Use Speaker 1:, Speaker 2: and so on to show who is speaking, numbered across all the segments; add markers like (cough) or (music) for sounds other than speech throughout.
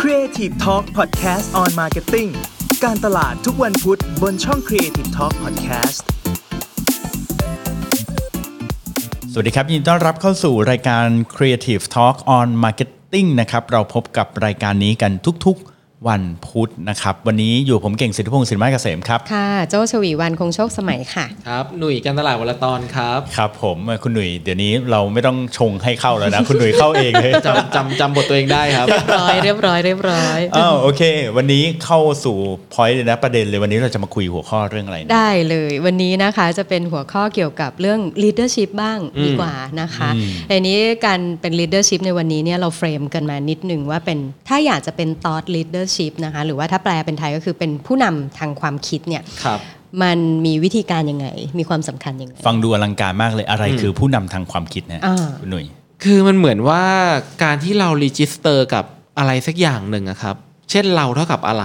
Speaker 1: Creative Talk Podcast on Marketing การตลาดทุกวันพุธบนช่อง Creative Talk Podcast
Speaker 2: สวัสดีครับ ยินดีต้อนรับเข้าสู่รายการ Creative Talk on Marketing นะครับเราพบกับรายการนี้กันทุกๆวันพุธนะครับ วันนี้อยู่ผมเก่งสิทธิพงศ์สินไม้เกษมครับ
Speaker 3: ค่ะโจชวีวันคงโชคสมัยค่ะ
Speaker 4: ครับหนุ่ยการตลาดวลตอนครับ
Speaker 2: ครับผมเอ่อคุณหนุ่ยเดี๋ยวนี้เราไม่ต้องชงให้เข้าแล้วนะ คุณหนุ่ยเข้าเองเลย
Speaker 4: จำจำจำบทตัวเองได้ครับ
Speaker 3: ร้อยเรียบร้อยเรียบร้อย
Speaker 2: อ้าวโอเค วันนี้เข้าสู่ point เลยนะประเด็นเลยวันนี้เราจะมาคุยหัวข้อเรื่องอะไรนะ
Speaker 3: ได้เลยวันนี้นะคะจะเป็นหัวข้อเกี่ยวกับเรื่อง leadership บ้างดีกว่านะคะในนี้การเป็น leadership ในวันนี้เนี่ยเราเฟรมกันมานิดหนึ่งว่าเป็นถ้าอยากจะเป็น thought leadership นะคะหรือว่าถ้าแปลเป็นไทยก็คือเป็นผู้นำทางความคิดเนี่ย
Speaker 4: ครับ
Speaker 3: มันมีวิธีการยังไง มีความสำคัญยังไง
Speaker 2: ฟังดูอลังการมากเลยอะไรคือผู้นำทางความคิดนะ
Speaker 3: อ่า
Speaker 2: คุณหนุ่ย
Speaker 4: คือมันเหมือนว่าการที่เรารีจิสเตอร์กับอะไรสักอย่างหนึ่งอะครับ เช่นเราเท่ากับอะไร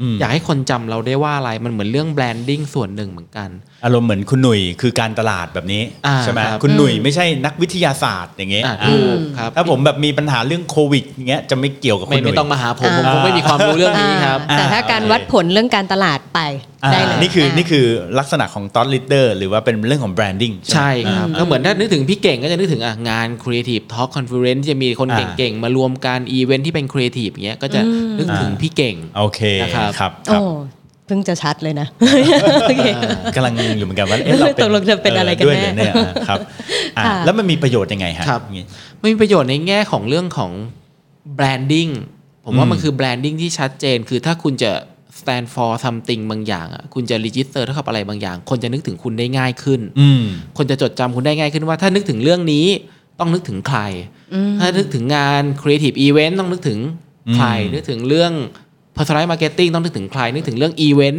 Speaker 2: อืม
Speaker 4: อยากให้คนจำเราได้ว่าอะไรมันเหมือนเรื่องแบรนดิ้งส่วนหนึ่งเหมือนกัน
Speaker 2: อารมณ์เหมือนคุณหนุ่ยคือการตลาดแบบนี้
Speaker 4: อ่า
Speaker 2: ใช่ไหม
Speaker 4: ครับ
Speaker 2: คุณหนุ่ยไม่ใช่นักวิทยาศาสตร์อย่างเงี้ย
Speaker 4: อ่ะ
Speaker 2: อ่า
Speaker 4: ถูกครับ
Speaker 2: ถ้าผมแบบมีปัญหาเรื่องโควิดอย่างเงี้ยจะไม่เกี่ยวกับคุ
Speaker 4: ไม่
Speaker 2: ณห
Speaker 4: ไม่
Speaker 2: นุ่ย
Speaker 4: ต้องมาหาผมผม
Speaker 3: อ่า
Speaker 4: คงไม่มีความรู้เรื่องนี้ครับ
Speaker 3: อ่าแต่ถ้าการ
Speaker 2: อ่า
Speaker 3: วัดผลเรื่องการตลาดไป
Speaker 2: อ่า
Speaker 3: ได้เลย
Speaker 2: นี่คือนี่
Speaker 3: า
Speaker 2: คือลักษณะของตอนลิเดอร์หรือว่าเป็นเรื่องของแบรนดิ้ง
Speaker 4: ใช่
Speaker 2: ไหม
Speaker 4: ครับก็เหมือนถ้านึกถึงพี่เก่งก็จะนึกถึงอ่ะงาน Creative Talk Conference จะมีคน
Speaker 2: อ่า
Speaker 4: เก่งๆมารวมการอีเวนท์ที่เป็น Creative อย่างเงี้ยก็จะนึกถึงพี่เก่ง
Speaker 2: โอเค
Speaker 4: นะครับ
Speaker 2: ครับครั
Speaker 3: โอ้
Speaker 2: บ
Speaker 3: เพิ่งจะชัดเลยนะ โอเค
Speaker 2: กำลังงงอยู่เหมือนกันว่าเอ๊ะเราเป็น
Speaker 3: ตกลงจะเป็นอะไรกัน
Speaker 2: ด้วย
Speaker 3: แน่
Speaker 2: เหรอเนี่ยอ่าครับอ่ะ
Speaker 3: ค่ะ
Speaker 2: แล้วมันมีประโยชน์ยังไงฮะ
Speaker 4: ครับ
Speaker 2: อย่างงี้
Speaker 4: ไม่มีประโยชน์ในแง่ของเรื่องของแบรนดิ้งผม
Speaker 2: อื
Speaker 4: ว่าม มันคือแบรนดิ้งที่ชัดเจน คือถ้าคุณจะ stand for something บางอย่างอะคุณจะ register เท่ากับอะไรบางอย่าง คนจะนึกถึงคุณได้ง่ายขึ้น
Speaker 2: อืม
Speaker 4: คนจะจดจำคุณได้ง่ายขึ้นว่าถ้านึกถึงเรื่องนี้ต้องนึกถึงใคร ถ้านึกถึงงาน creative event ต้องนึกถึงใคร
Speaker 2: อืม
Speaker 4: นึกถึงเรื่อง personal marketing ต้องนึกถึงใคร นึกถึงเรื่อง event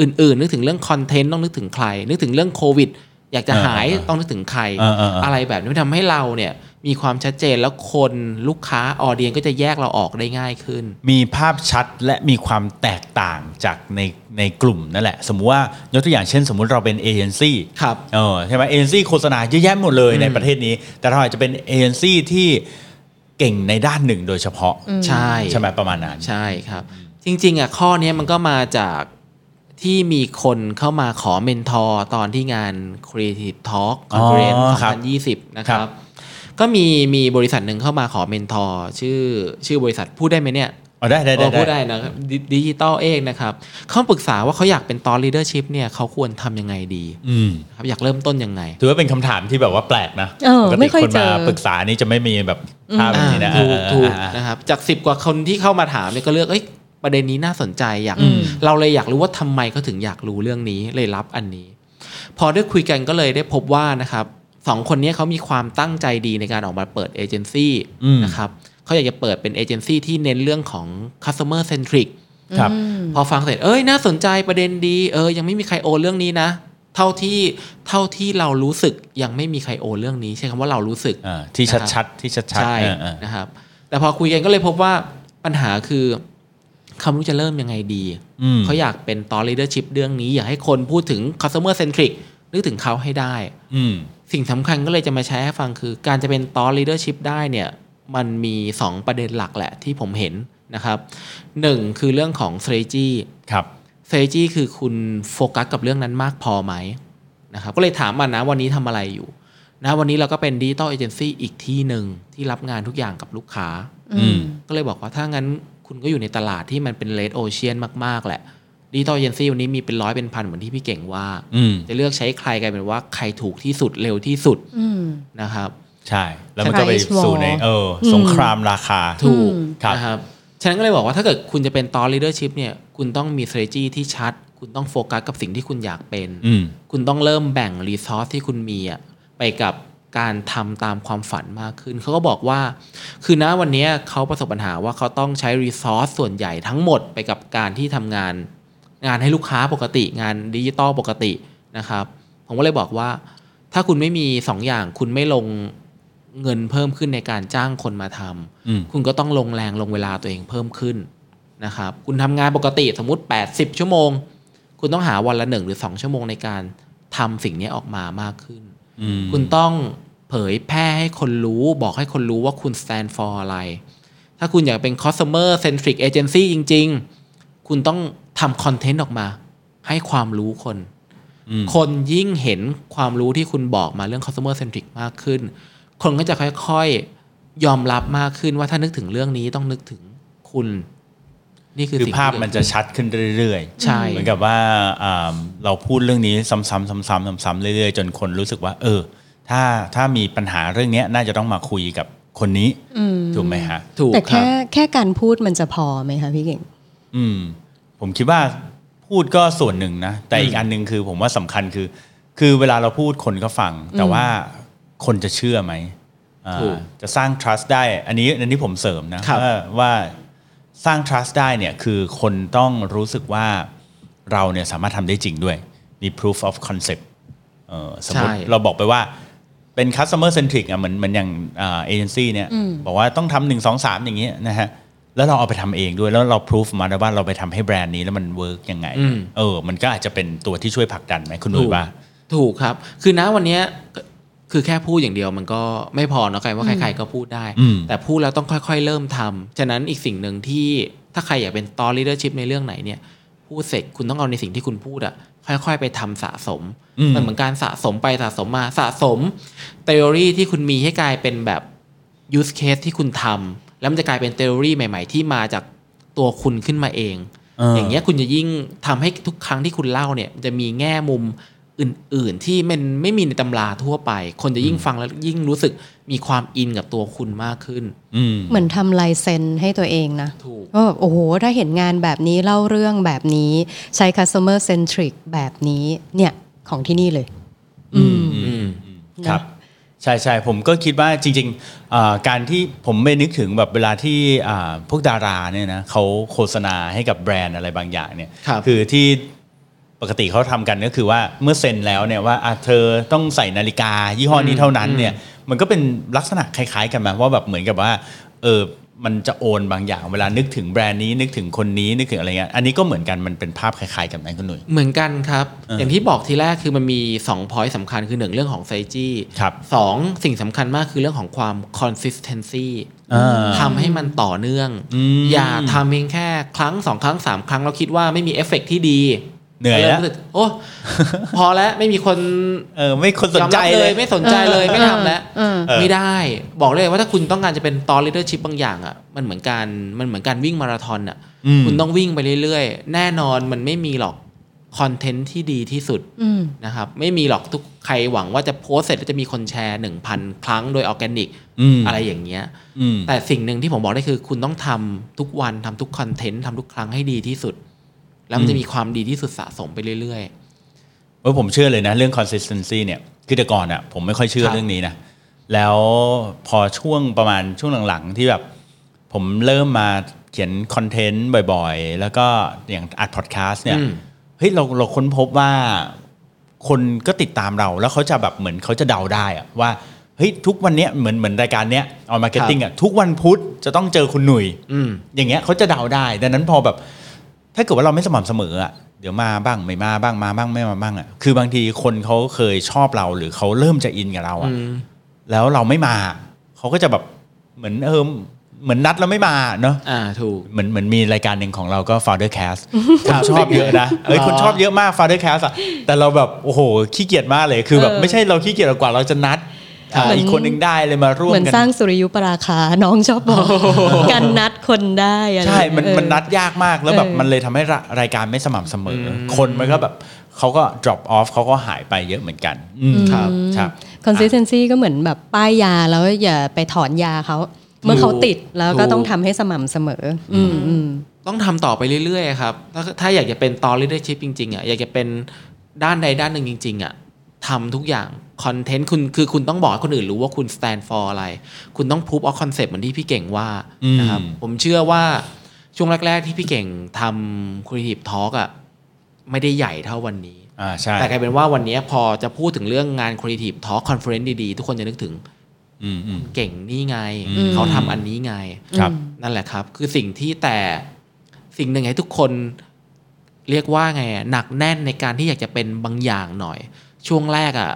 Speaker 4: อื่นๆ นึกถึงเรื่อง content ต้องนึกถึงใคร นึกถึงเรื่องโควิด อยากจะหาย
Speaker 2: อ่าอ่า
Speaker 4: ต้องนึกถึงใคร
Speaker 2: อ่าอ่าอ่า
Speaker 4: อะไรแบบนี้มันทำให้เราเนี่ยมีความชัดเจนแล้วคนลูกค้าออเดียนก็จะแยกเราออกได้ง่ายขึ้น
Speaker 2: มีภาพชัดและมีความแตกต่างจากในในกลุ่มนั่นแหละ สมมุติว่ายกตัวอย่างเช่น สมมุติเราเป็นเอเจนซี่
Speaker 4: ครับ
Speaker 2: เออใช่ไหมเอเจนซี่โฆษณาเยอะแยะหมดเลยในประเทศนี้ แต่เราอาจจะเป็นเอเจนซี่ที่เก่งในด้านหนึ่งโดยเฉพาะ
Speaker 4: ใช่
Speaker 2: ใช่ไหมประมาณนั้น
Speaker 4: ใช่ครับ จริงๆอ่ะข้อเนี้ยมันก็มาจากที่มีคนเข้ามาขอเมนทอร์ตอนที่งาน Creative Talk
Speaker 2: อ๋อ
Speaker 4: Conference
Speaker 2: ครับ
Speaker 4: 2020 นะค
Speaker 2: ครั
Speaker 4: รับ
Speaker 2: บ
Speaker 4: ก็มีมีบริษัทหนึ่งเข้ามาขอเมนทอร์ชื่อชื่อบริษัทพูดได้ไหมเนี่ย
Speaker 2: อ๋อได้ได้
Speaker 4: พอพูด
Speaker 2: ได้
Speaker 4: ได้นะครับดิจิตอลเองนะครับเขาปรึกษาว่าเขาอยากเป็นตอนลีดเดอร์ชิพเนี่ยเขาควรทำยังไงดี
Speaker 2: อืม
Speaker 4: ครับอยากเริ่มต้นยังไง
Speaker 2: ถือว่าเป็นคำถามที่แบบว่าแปลกนะ
Speaker 3: เออ
Speaker 2: ปก
Speaker 3: ไม่
Speaker 2: ติ
Speaker 3: ค่อย
Speaker 2: คน
Speaker 3: เจ
Speaker 2: มา
Speaker 3: อ
Speaker 2: ปรึกษานี่จะไม่มีแบบภาพแบบนี้นะ
Speaker 4: ถูก
Speaker 2: เออ
Speaker 4: ถูก
Speaker 2: อ่าอ่า
Speaker 4: นะครับจาก 10 กว่าคนที่เข้ามาถามเนี่ยก็เลือกเอ้ยประเด็นนี้น่าสนใจอยาก
Speaker 3: อืม
Speaker 4: เราเลยอยากรู้ว่าทำไมเขาถึงอยากรู้เรื่องนี้เลยรับอันนี้ พอได้คุยกันก็เลยได้พบว่านะครับสองคนเนี้เขามีความตั้งใจดีในการออกมาเปิดเอเจนซี่
Speaker 2: อืม
Speaker 4: นะครับเขาอยากจะเปิดเป็นเอเจนซี่ที่เน้นเรื่องของ customer centric
Speaker 2: ครับ
Speaker 4: พอฟังเสร็จ เอ้ย น่าสนใจประเด็นดี เออ ยังไม่มีใครโอนเรื่องนี้นะ เท่าที่ เท่าที่เรารู้สึกยังไม่มีใครโอนเรื่องนี้ ใช้คำว่าเรารู้สึก
Speaker 2: อ่าที่ชัดชัดๆที่ชัดชัด
Speaker 4: ใช่
Speaker 2: เออ
Speaker 4: นะครับ แต่พอคุยกันก็เลยพบว่าปัญหาคือคำรู้จะเริ่มยังไงดี
Speaker 2: อืม
Speaker 4: เขาอยากเป็นตอน leadership เรื่องนี้ อยากให้คนพูดถึง customer centric นึกถึงเขาให้ได้
Speaker 2: ๆอืม
Speaker 4: สิ่งสำคัญก็เลยจะมาแชร์ให้ฟังคือ การจะเป็นตอน leadership ได้เนี่ยมันมี 2 ประเด็นหลักแหละที่ผมเห็นนะครับหนึ่งคือเรื่องของ strategy
Speaker 2: ครับ
Speaker 4: s t r a t e g y คือคุณโฟกัสกับเรื่องนั้นมากพอไหมนะครับก็เลยถามมันนะวันนี้ทำอะไรอยู่นะวันนี้เราก็เป็นดิจิตอลเอเจนซี่อีกที่หนึ่งที่รับงานทุกอย่างกับลูกค้า
Speaker 2: อืม
Speaker 4: ก็เลยบอกว่าถ้างั้นคุณก็อยู่ในตลาดที่มันเป็นเลดโอเชียนมาก ๆ แหละดิจิตอลเอเจนซี่วันนี้มีเป็นร้อยเป็นพันเหมือนที่พี่เก่งว่า
Speaker 2: อืม
Speaker 4: จะเลือกใช้ใครกลายเป็นว่าใครถูกที่สุดเร็วที่สุด
Speaker 3: อืม
Speaker 4: นะครับ
Speaker 2: ใช่ แล้วมันก็ไป
Speaker 3: Price war
Speaker 2: สู่ในเอออ
Speaker 3: ม
Speaker 2: สงครามราคา
Speaker 4: ถูก
Speaker 2: ครับ
Speaker 4: นะครับฉะนั้นก็เลยบอกว่าถ้าเกิดคุณจะเป็นตอน leadership เนี่ยคุณต้องมี strategy ที่ชัด คุณต้องโฟกัสกับสิ่งที่คุณอยากเป็น
Speaker 2: อืม
Speaker 4: คุณต้องเริ่มแบ่งรีซอสที่คุณมีอะไปกับการทำตามความฝันมากขึ้น เขาก็บอกว่า คือณวันเนี้ยเขาประสบปัญหาว่าเขาต้องใช้รีซอสส่วนใหญ่ทั้งหมดไปกับการที่ทำงาน งานให้ลูกค้าปกติ งานดิจิตอลปกตินะครับ ผมก็เลยบอกว่า ถ้าคุณไม่มีสองอย่างคุณไม่ลงเงินเพิ่มขึ้นในการจ้างคนมาทำ
Speaker 2: อืม
Speaker 4: คุณก็ต้องลงแรงลงเวลาตัวเองเพิ่มขึ้นนะครับ คุณทำงานปกติสมมุติ 80 ชั่วโมง คุณต้องหาวันละหนึ่งหรือสองชั่วโมงในการทำสิ่งนี้ออกมามากขึ้น
Speaker 2: อืม
Speaker 4: คุณต้องเผยแพร่ให้คนรู้ บอกให้คนรู้ว่าคุณ stand for อะไร ถ้าคุณอยากเป็น customer centric agency จริง ๆ คุณต้องทำคอนเทนต์ออกมา ให้ความรู้คน
Speaker 2: อืม
Speaker 4: คนยิ่งเห็นความรู้ที่คุณบอกมาเรื่อง customer centric มากขึ้น คนก็จะค่อยๆ ยอมรับมากขึ้นว่าถ้านึกถึงเรื่องนี้ต้องนึกถึงคุณ นี่คือ
Speaker 2: คือ
Speaker 4: สิ่ง
Speaker 2: ภาพ
Speaker 4: ที่
Speaker 2: มันจะชัดขึ้นเรื่อยๆ
Speaker 4: ใช่
Speaker 2: เหมือนกับว่าอ่าเราพูดเรื่องนี้ซ้ำๆซ้ำๆซ้ำๆเรื่อยๆ จนคนรู้สึกว่า เออ ถ้าถ้ามีปัญหาเรื่องเนี้ยน่าจะต้องมาคุยกับคนนี้
Speaker 3: อืม
Speaker 2: ถูกไหมฮะ
Speaker 4: ถูก
Speaker 3: แต่
Speaker 4: ครั
Speaker 3: แค่
Speaker 4: บ
Speaker 3: แค่การพูดมันจะพอไหมคะพี่เก่ง
Speaker 2: อืม ผมคิดว่าพูดก็ส่วนหนึ่งนะ แต่อีกอันหนึ่งคือผมว่าสำคัญคือ คือเวลาเราพูดคนก็ฟัง แต่ว่าคนจะเชื่อไหมอ่า
Speaker 4: ถูก
Speaker 2: จะสร้าง trust ได้ อันนี้อันนี้ผมเสริมนะครับ ว่าว่าสร้าง trust ได้เนี่ยคือคนต้องรู้สึกว่าเราเนี่ยสามารถทำได้จริงด้วย มี proof of concept เอ่อสมมติ
Speaker 4: ใช่
Speaker 2: เราบอกไปว่าเป็น customer centric อ่ะเหมือนเหมือนอย่างเอเจนซี่า agency เนี่ย บอกว่าต้องทำหนึ่งสองสามอย่างเงี้ยนะฮะ แล้วเราเอาไปทำเองด้วยแล้วเราพิสูจมาแล้วว่าเราไปทำให้แบรนด์นี้แล้วมันเวิร์กยังไง
Speaker 4: อืม
Speaker 2: เออ มันก็อาจจะเป็นตัวที่ช่วยผลักดันไหมคุณหนุ่ยว่า
Speaker 4: ถูกครับ คือนะวันเนี้ยคือแค่พูดอย่างเดียวมันก็ไม่พอเนาะใครว่าใครๆก็พูดได้
Speaker 2: อืม
Speaker 4: แต่พูดแล้วต้องค่อยๆเริ่มทำฉะนั้นอีกสิ่งหนึ่งที่ถ้าใครอยากเป็นตอนลีดเดอร์ชิพในเรื่องไหนเนี่ยพูดเสร็จคุณต้องเอาในสิ่งที่คุณพูดอะค่อยๆ ไปทำสะสมมันเหมือนการสะสมไปสะสมมาสะสม t h e o r y ที่คุณมีให้กลายเป็นแบบ use case ที่คุณทำแล้วมันจะกลายเป็น t h e o r y ใหม่ ๆ ที่มาจากตัวคุณขึ้นมาเอง
Speaker 2: เอออ
Speaker 4: อย่างเงี้ยคุณจะยิ่งทำให้ทุกครั้งที่คุณเล่าเนี่ยมันจะมีแง่มุมอื่น ๆ ที่มันไม่มีในตำราทั่วไป คนจะยิ่งฟังแล้วยิ่งรู้สึกมีความอินกับตัวคุณมากขึ้น
Speaker 2: อืม
Speaker 3: เหมือนทำลายเซ็นให้ตัวเองนะ
Speaker 4: ถูก
Speaker 3: ว่าแบบโอ้โห ถ้าเห็นงานแบบนี้เล่าเรื่องแบบนี้ใช้ customer centric แบบนี้เนี่ยของที่นี่เลย อืม
Speaker 4: อืม
Speaker 2: ครับ
Speaker 3: นะ
Speaker 2: ใช่ใช่ผมก็คิดว่าจริงๆอ่าการที่ผมไม่นึกถึงแบบเวลาที่อ่าพวกดาราเนี่ยนะเขาโฆษณาให้กับแบรนด์อะไรบางอย่างเนี่ย
Speaker 4: ครับ
Speaker 2: อที่ปกติเขาทำกันก็คือว่าเมื่อเซ็นแล้วเนี่ยว่าอ่ะเธอต้องใส่นาฬิกายี่ห้อนี้เท่านั้นเนี่ยมันก็เป็นลักษณะคล้ายๆกันมาว่าแบบเหมือนกับว่าเออมันจะโอนบางอย่าง เวลานึกถึงแบรนด์นี้นึกถึงคนนี้นึกถึงอะไรเงี้ยอันนี้ก็เหมือนกันมันเป็นภาพคล้ายๆกันไหมคุณหนุ่ย
Speaker 4: เหมือนกันครับ
Speaker 2: เอออ
Speaker 4: อย่างที่บอกทีแรกคือมันมี 2 พอยต์สำคัญคือ 1 เรื่องของไซจี้
Speaker 2: ครับ
Speaker 4: สองสิ่งสำคัญมากคือเรื่องของความ consistency
Speaker 2: อ่า
Speaker 4: ทำให้มันต่อเนื่อง
Speaker 2: อืม
Speaker 4: อย่าทำเพียงแค่ครั้ง 2 ครั้ง 3 ครั้งเราคิดว่าไม่มีเอฟเฟกต์ที่ดี
Speaker 2: เหนื่อยแล้ว
Speaker 4: ริ่มรู้สึกโอ้ (laughs) พอแล้วไม่มีคน
Speaker 2: เออไม่คนสนใจ
Speaker 4: ยอมรับ
Speaker 2: เลย
Speaker 4: ไม่สนใจเลยไม่ทำแล้ว
Speaker 3: เออ
Speaker 2: เออ
Speaker 4: ไม่ได้ บอกเลยว่าถ้าคุณต้องการจะเป็นตอนลีดเดอร์ชิพบางอย่างอ่ะมันเหมือนการมันเหมือนการวิ่งมาราธอนอ่ะ
Speaker 2: อืม
Speaker 4: คุณต้องวิ่งไปเรื่อยๆ แน่นอนมันไม่มีหรอกคอนเทนต์ที่ดีที่สุด
Speaker 3: อืม
Speaker 4: นะครับ ไม่มีหรอกทุกใครหวังว่าจะโพสต์เสร็จแล้วจะมีคนแชร์ 1,000 ครั้งโดยออร์แกนิก
Speaker 2: อืม
Speaker 4: อะไรอย่างเงี้ย
Speaker 2: อืม
Speaker 4: แต่สิ่งหนึ่งที่ผมบอกได้คือ คุณต้องทำทุกวันทำทุกคอนเทนต์ทำทุกครั้งให้ดีที่สุด แล้วมันจะมีความดีที่สุดสะสมไปเรื่อย
Speaker 2: เออผมเชื่อเลยนะ เรื่อง consistency เนี่ยคือแต่ก่อนอะ่ะผมไม่ค่อยเชื่อ
Speaker 4: ครับ
Speaker 2: เรื่องนี้นะ แล้วพอช่วงประมาณช่วงหลังๆ ที่แบบผมเริ่มมาเขียนคอนเทนต์บ่อยๆ แล้วก็อย่างอัดพอดแคสต์เนี่ย
Speaker 4: อืม
Speaker 2: เฮ้ยเราเราค้นพบว่าคนก็ติดตามเราแล้วเขาจะแบบเหมือนเขาจะเดาได้อะว่าเฮ้ยทุกวันเนี้ยเหมือนเหมือนรายการเนี้ยออนมาร์เก็ตติ้งอะทุกวันพุธจะต้องเจอคุณหนุ่ย
Speaker 4: ๆ อืม
Speaker 2: อย่างเงี้ยเขาจะเดาได้ ดังนั้นพอแบบ ถ้าเกิดว่าเราไม่สม่ำเสมออ่ะเดี๋ยวมาบ้างไม่มาบ้างมาบ้างไม่มาบ้างอ่ะคือบางทีคนเขาเคยชอบเราหรือเขาเริ่มจะอินกับเราอ่ะแล้วเราไม่มา เขาก็จะแบบเหมือนเออเหมือนนัดแล้วไม่มาเนาะ
Speaker 4: อ่าถูก
Speaker 2: เหมือนเหมือนมีรายการหนึ่งของเราก็ Founder Cast คนชอบเยอะนะเอ้
Speaker 3: (laughs)
Speaker 2: ยคนชอบเยอะมาก Founder Cast อ่ะแต่เราแบบโอ้โหขี้เกียจมากเลยคือแบบ
Speaker 3: เออ
Speaker 2: ไม่ใช่เราขี้เกียจหรอกกว่าเราจะนัดอ่า
Speaker 3: เหมือน
Speaker 2: อีกคนหนึงได้เลยมาร่วม
Speaker 3: เหมือน
Speaker 2: กัน
Speaker 3: สร้างสุริยุปราคา น้องชอบบอกการนัดคนได้อะไร
Speaker 2: ใช่ มัน
Speaker 3: เออ
Speaker 2: มันนัดยากมาก แล้วแบบ
Speaker 3: เออ
Speaker 2: มันเลยทำให้ระรายการไม่สม่ำเสมออคนมันก็แบบเขาก็ drop off เขาก็หายไปเยอะเหมือนกัน อืมครับ ครับ
Speaker 3: consistency ก็เหมือนแบบป้ายยาแล้วอย่าไปถอนยาเขา เมื่อเขาติดแล้วก็ต้องทำให้สม่ำเสมอ อืมอืม
Speaker 4: ต้องทำต่อไปเรื่อยๆครับ ถ้าถ้าอยากจะเป็นตอน leadership จริงๆอ่ะ อยากจะเป็นด้านใดด้านหนึ่งจริงๆอ่ะทำทุกอย่าง คอนเทนต์คุณคือคุณต้องบอกให้คนอื่นรู้ว่าคุณ stand for อะไร คุณต้องพู o อ of concept เหมือนที่พี่เก่งว่า
Speaker 2: อืม
Speaker 4: นะครับ ผมเชื่อว่าช่วงแรก ๆ ที่พี่เก่งทำ creative talk อ่ะไม่ได้ใหญ่เท่าวันนี้
Speaker 2: อ่า ใช่
Speaker 4: แต่กลายเป็นว่าวันนี้พอจะพูดถึงเรื่องงาน creative talk conference ดีๆ ทุกคนจะนึกถึง
Speaker 2: อืมอืม
Speaker 4: เก่งนี่ไง
Speaker 2: อืม
Speaker 4: เขาทำอันนี้ไง
Speaker 2: ครับ
Speaker 4: นั่นแหละครับ คือสิ่งที่แต่สิ่งหนึ่งให้ทุกคนเรียกว่าไงอะหนักแน่นในการที่อยากจะเป็นบางอย่างหน่อย ช่วงแรกอะ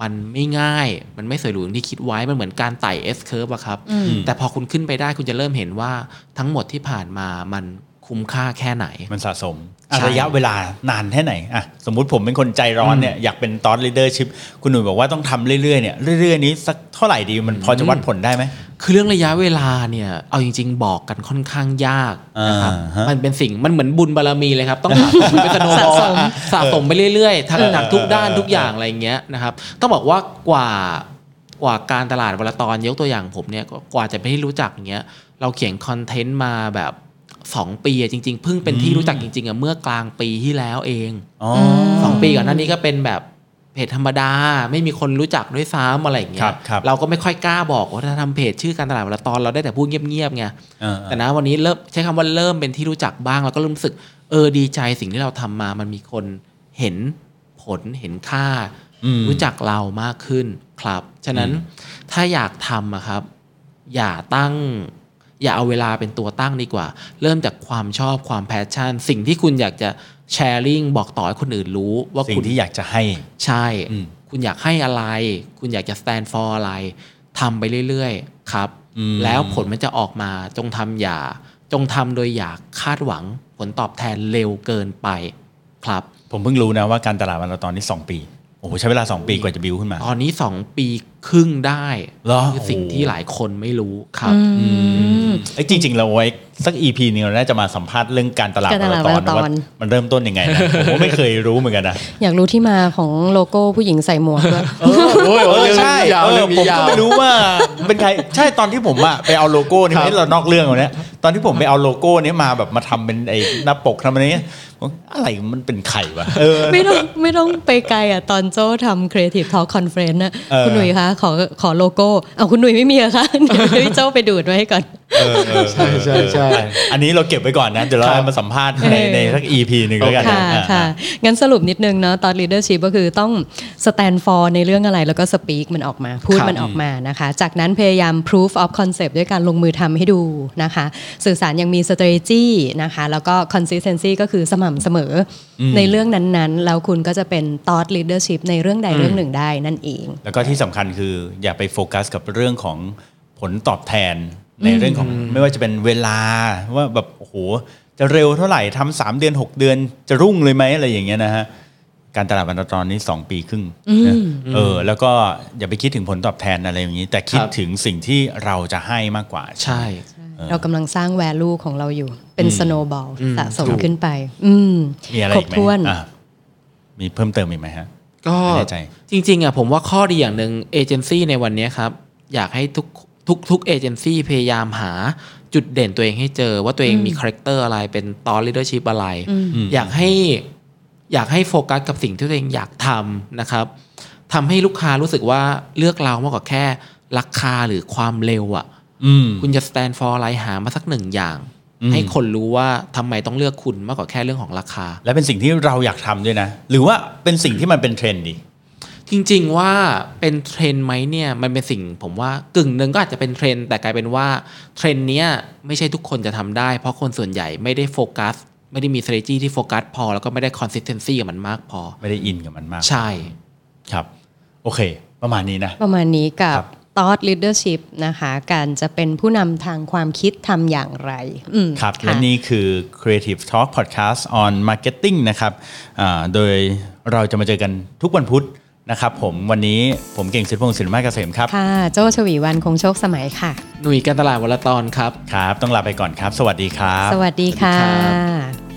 Speaker 4: มันไม่ง่าย มันไม่สวยหรูอย่างที่คิดไว้ มันเหมือนการไต่ S curve อะครับ แต่พอคุณขึ้นไปได้คุณจะเริ่มเห็นว่าทั้งหมดที่ผ่านมามันคุ้มค่าแค่ไหน
Speaker 2: มันสะสมอ่ะ
Speaker 4: ใช่
Speaker 2: ระยะเวลานานแค่ไหนอ่ะสมมุติผมเป็นคนใจร้อนเนี่ยอยากเป็นตอนลีดเดอร์ชิพคุณหนุ่ยบอกว่าต้องทำเรื่อยๆเนี่ยเรื่อยๆนี้สักเท่าไหร่ดีมันพอจะวัดผลได้ไหม
Speaker 4: คือเรื่องระยะเวลาเนี่ย เอาจริง ๆ บอกกันค่อนข้างยากนะครับ
Speaker 2: อ่าฮะ
Speaker 4: มันเป็นสิ่งมันเหมือนบุญบารมีเลยครับ ต้องสะสมเป็นสโนบอล
Speaker 3: สะสม
Speaker 4: สะสมไปเรื่อยๆทั้ง
Speaker 2: เออ
Speaker 4: ทั้งทุกด้าน
Speaker 2: เออ
Speaker 4: ทุกอย่างอะไรอย่างเงี้ยนะครับ ต้องบอกว่ากว่ากว่าการตลาดวลตอนยกตัวอย่างผมเนี่ยก็กว่าจะเป็นที่รู้จักอย่างเงี้ย เราเขียนคอนเทนต์มาแบบ 2 ปีอะจริง ๆ เพิ่งเป็นที่
Speaker 2: อืม
Speaker 4: รู้จักจริงๆอะเมื่อกลางปีที่แล้วเอง
Speaker 2: อ๋อ
Speaker 4: สองปีก่อนหน้านี้ก็เป็นแบบเพจธรรมดา ไม่มีคนรู้จักด้วยซ้ำอะไรอย่างเงี้
Speaker 2: ครั
Speaker 4: ย
Speaker 2: บครับ
Speaker 4: เราก็ไม่ค่อยกล้าบอกว่าถ้าทำเพจชื่อการตลาดวันละตอนเราได้แต่พูดเงียบๆไง
Speaker 2: เออ
Speaker 4: แต่นะวันนี้เริ่มใช้คำว่าเริ่มเป็นที่รู้จักบ้างเราก็เริ่มรู้สึกเออดีใจสิ่งที่เราทำมามันมีคนเห็นผลเห็นค่า
Speaker 2: อืม
Speaker 4: รู้จักเรามากขึ้นครับ ฉะนั้นถ้าอยากทำอะครับ อย่าตั้ง อย่าเอาเวลาเป็นตัวตั้งดีกว่า เริ่มจากความชอบความแพชชั่น สิ่งที่คุณอยากจะแชร์ลิงบอกต่อให้คนอื่นรู้ว่า
Speaker 2: สิ่
Speaker 4: คุ
Speaker 2: ง
Speaker 4: ณ
Speaker 2: ที่อยากจะให้
Speaker 4: ใช่
Speaker 2: อืม
Speaker 4: คุณอยากให้อะไร คุณอยากจะ stand for อะไรทำไปเรื่อยๆ ครับ
Speaker 2: อืม
Speaker 4: แล้วผลมันจะออกมาจงทำอย่า จงทำโดยอย่าคาดหวังผลตอบแทนเร็วเกินไปครับ
Speaker 2: ผมเพิ่งรู้นะว่าการตลาดวันละตอนนี้ 2 ปี โอ้โหใช้เวลา 2 ปีกว่าจะบิวขึ้นมา
Speaker 4: ตอนนี้ 2 ปีครึ่งได้
Speaker 2: เหรอ
Speaker 4: คือสิ่งที่หลายคนไม่รู้ครับ
Speaker 2: ไอ้ยจริง ๆ เราไว้สัก EP หนึงเราน่าจะมาสัมภาษณ์เรื่องการตลาด
Speaker 3: การ
Speaker 2: วัน
Speaker 3: ตลา
Speaker 2: ละ
Speaker 3: ด
Speaker 2: ตอ
Speaker 3: วัน
Speaker 2: น
Speaker 3: ละตอน
Speaker 2: ว่ามันเริ่มต้นยังไง
Speaker 3: (laughs)
Speaker 2: นะผมก็ไม่เคยรู้เหมือนกันนะ
Speaker 3: อยากรู้ที่มาของโลโก้ผู้หญิงใส่หมวกด้วย
Speaker 2: โอ้ย
Speaker 4: เรื่อง
Speaker 2: ใช่
Speaker 4: ยาว
Speaker 2: เอ
Speaker 4: เรื่
Speaker 2: อ
Speaker 4: องนี้
Speaker 2: ผม
Speaker 4: ยา
Speaker 2: ก็
Speaker 4: ว
Speaker 2: ไม่รู้ว่า เป็นใครใช่ตอนที่ผมอะไปเอาโลโก้นี่
Speaker 4: ครับ
Speaker 2: ไม่เรานอกเรื่องแล้วเนี่ยตอนที่ผมไปเอาโลโก้นี้มาแบบมาทำเป็นไอ้หน้าปกทำอะไรเนี้ยผมอะไรมันเป็นไข่วะเออ
Speaker 3: ไม่ต้องไม่ต้องไปไกลอ่ะตอนโจ้ทำ Creative Talk Conference น่ะ
Speaker 2: เออ
Speaker 3: คุณหนุ่ยคะขอขอโลโก้เอาคุณหนุ่ยไม่มีเหรอคะเดี๋ยวให้โจ้ไปดูดไว้ให้ก่อน
Speaker 2: เออเออ
Speaker 4: ใช่ใช่ใช่
Speaker 2: เอออันนี้เราเก็บไว้ก่อนนะเดี๋ยวเรา
Speaker 4: ครับ
Speaker 2: มาสัมภาษณ์ในในสัก EP หนึ่งแล้วกัน
Speaker 3: ค่ะ
Speaker 2: นะอ่า
Speaker 3: ค่ะงั้นสรุปนิดนึงเนาะตอน leadership ก็คือต้อง stand for ในเรื่องอะไรแล้วก็ speak มันออกมา พูด
Speaker 4: ครับ
Speaker 3: มันออกมานะคะ จากนั้นพยายาม proof of concept ด้วยการลงมือทำให้ดูนะคะ สื่อสารยังมี strategy นะคะ แล้วก็ consistency ก็คือสม่ำเสมออในเรื่องนั้นๆ แล้วคุณก็จะเป็น thought leadership ในเรื่องใดเรื่องหนึ่งได้นั่นเอง
Speaker 2: แล้วก็ที่สำคัญคืออย่าไปโฟกัสกับเรื่องของผลตอบแทนในเรื่องของไม่ว่าจะเป็นเวลาว่าแบบโอ้โหจะเร็วเท่าไหร่ทำสามเดือน 6 เดือนจะรุ่งเลยไหมอะไรอย่างเงี้ยนะฮะการตลาดบันตอนนี้ 2 ปีครึ่งนะเออแล้วก็อย่าไปคิดถึงผลตอบแทนอะไรอย่างนี้ แต่คิด
Speaker 4: ครับ
Speaker 2: ถึงสิ่งที่เราจะให้มากกว่า
Speaker 4: ใช่
Speaker 3: เรากำลังสร้าง value ของเราอยู่เป็น snowball สะสมขึ้นไป อืม
Speaker 2: มีอะไร
Speaker 3: คร
Speaker 2: อี
Speaker 3: บ
Speaker 2: กไหม
Speaker 3: ถ้วน
Speaker 2: อ่ะมีเพิ่มเติมอีกไหมฮะ
Speaker 4: ก็
Speaker 2: ไม่แน่ใจ
Speaker 4: จริงๆอ่ะผมว่าข้อดีอย่างหนึ่งเอเจนซี่ในวันเนี้ยครับ อยากให้ทุกทุกทุกเอเจนซี่พยายามหาจุดเด่นตัวเองให้เจอว่าตัวเองมีคาแรคเตอร์อะไรเป็นตอน leadership อะไร อยากให้อยากให้โฟกัสกับสิ่งที่ตัวเองอยากทำนะครับทำให้ลูกค้ารู้สึกว่าเลือกเรามากกว่าแค่ราคาหรือความเร็วอ่ะ
Speaker 2: อืม
Speaker 4: คุณจะ stand for อะไรหามาสักหนึ่งอย่าง
Speaker 2: อืม
Speaker 4: ให้คนรู้ว่าทำไมต้องเลือกคุณมากกว่าแค่เรื่องของราคา
Speaker 2: และเป็นสิ่งที่เราอยากทำด้วยนะ หรือว่าเป็นสิ่งที่มันเป็นเทรนด์ดิ
Speaker 4: จริงๆว่าเป็นเทรนด์ไหมเนี่ยมันเป็นสิ่งผมว่ากึ่งหนึ่งก็อาจจะเป็นเทรนด์แต่กลายเป็นว่าเทรนด์เนี้ยไม่ใช่ทุกคนจะทำได้ เพราะคนส่วนใหญ่ไม่ได้โฟกัส ไม่ได้มี strategy ที่โฟกัสพอ แล้วก็ไม่ได้ consistency กับมันมากพอ
Speaker 2: ไม่ได้อินกับมันมาก
Speaker 4: ใช่
Speaker 2: ครับ โอเค ประมาณนี้นะ
Speaker 3: ประมาณนี้กับ
Speaker 2: ครับ
Speaker 3: Thought Leadership นะคะ การจะเป็นผู้นำทางความคิดทำอย่างไรอืม
Speaker 2: ครับ
Speaker 3: ะ
Speaker 2: และนี่คือ Creative Talk Podcast on Marketing นะครับอ่าโดยเราจะมาเจอกันทุกวันพุธนะครับผมวันนี้ผมเก่งสิทธิพงศ์สินมาเกษมครับ
Speaker 3: ค่ะ โจ้ชวีวันคงโชคสมัยค่ะ
Speaker 4: หนุ่ยการตลาดวลตอนครับ
Speaker 2: ครับ ต้องลาไปก่อนครับ สวัสดีครับ
Speaker 3: สวัสดีค่
Speaker 4: สวัสดีครั
Speaker 3: ะ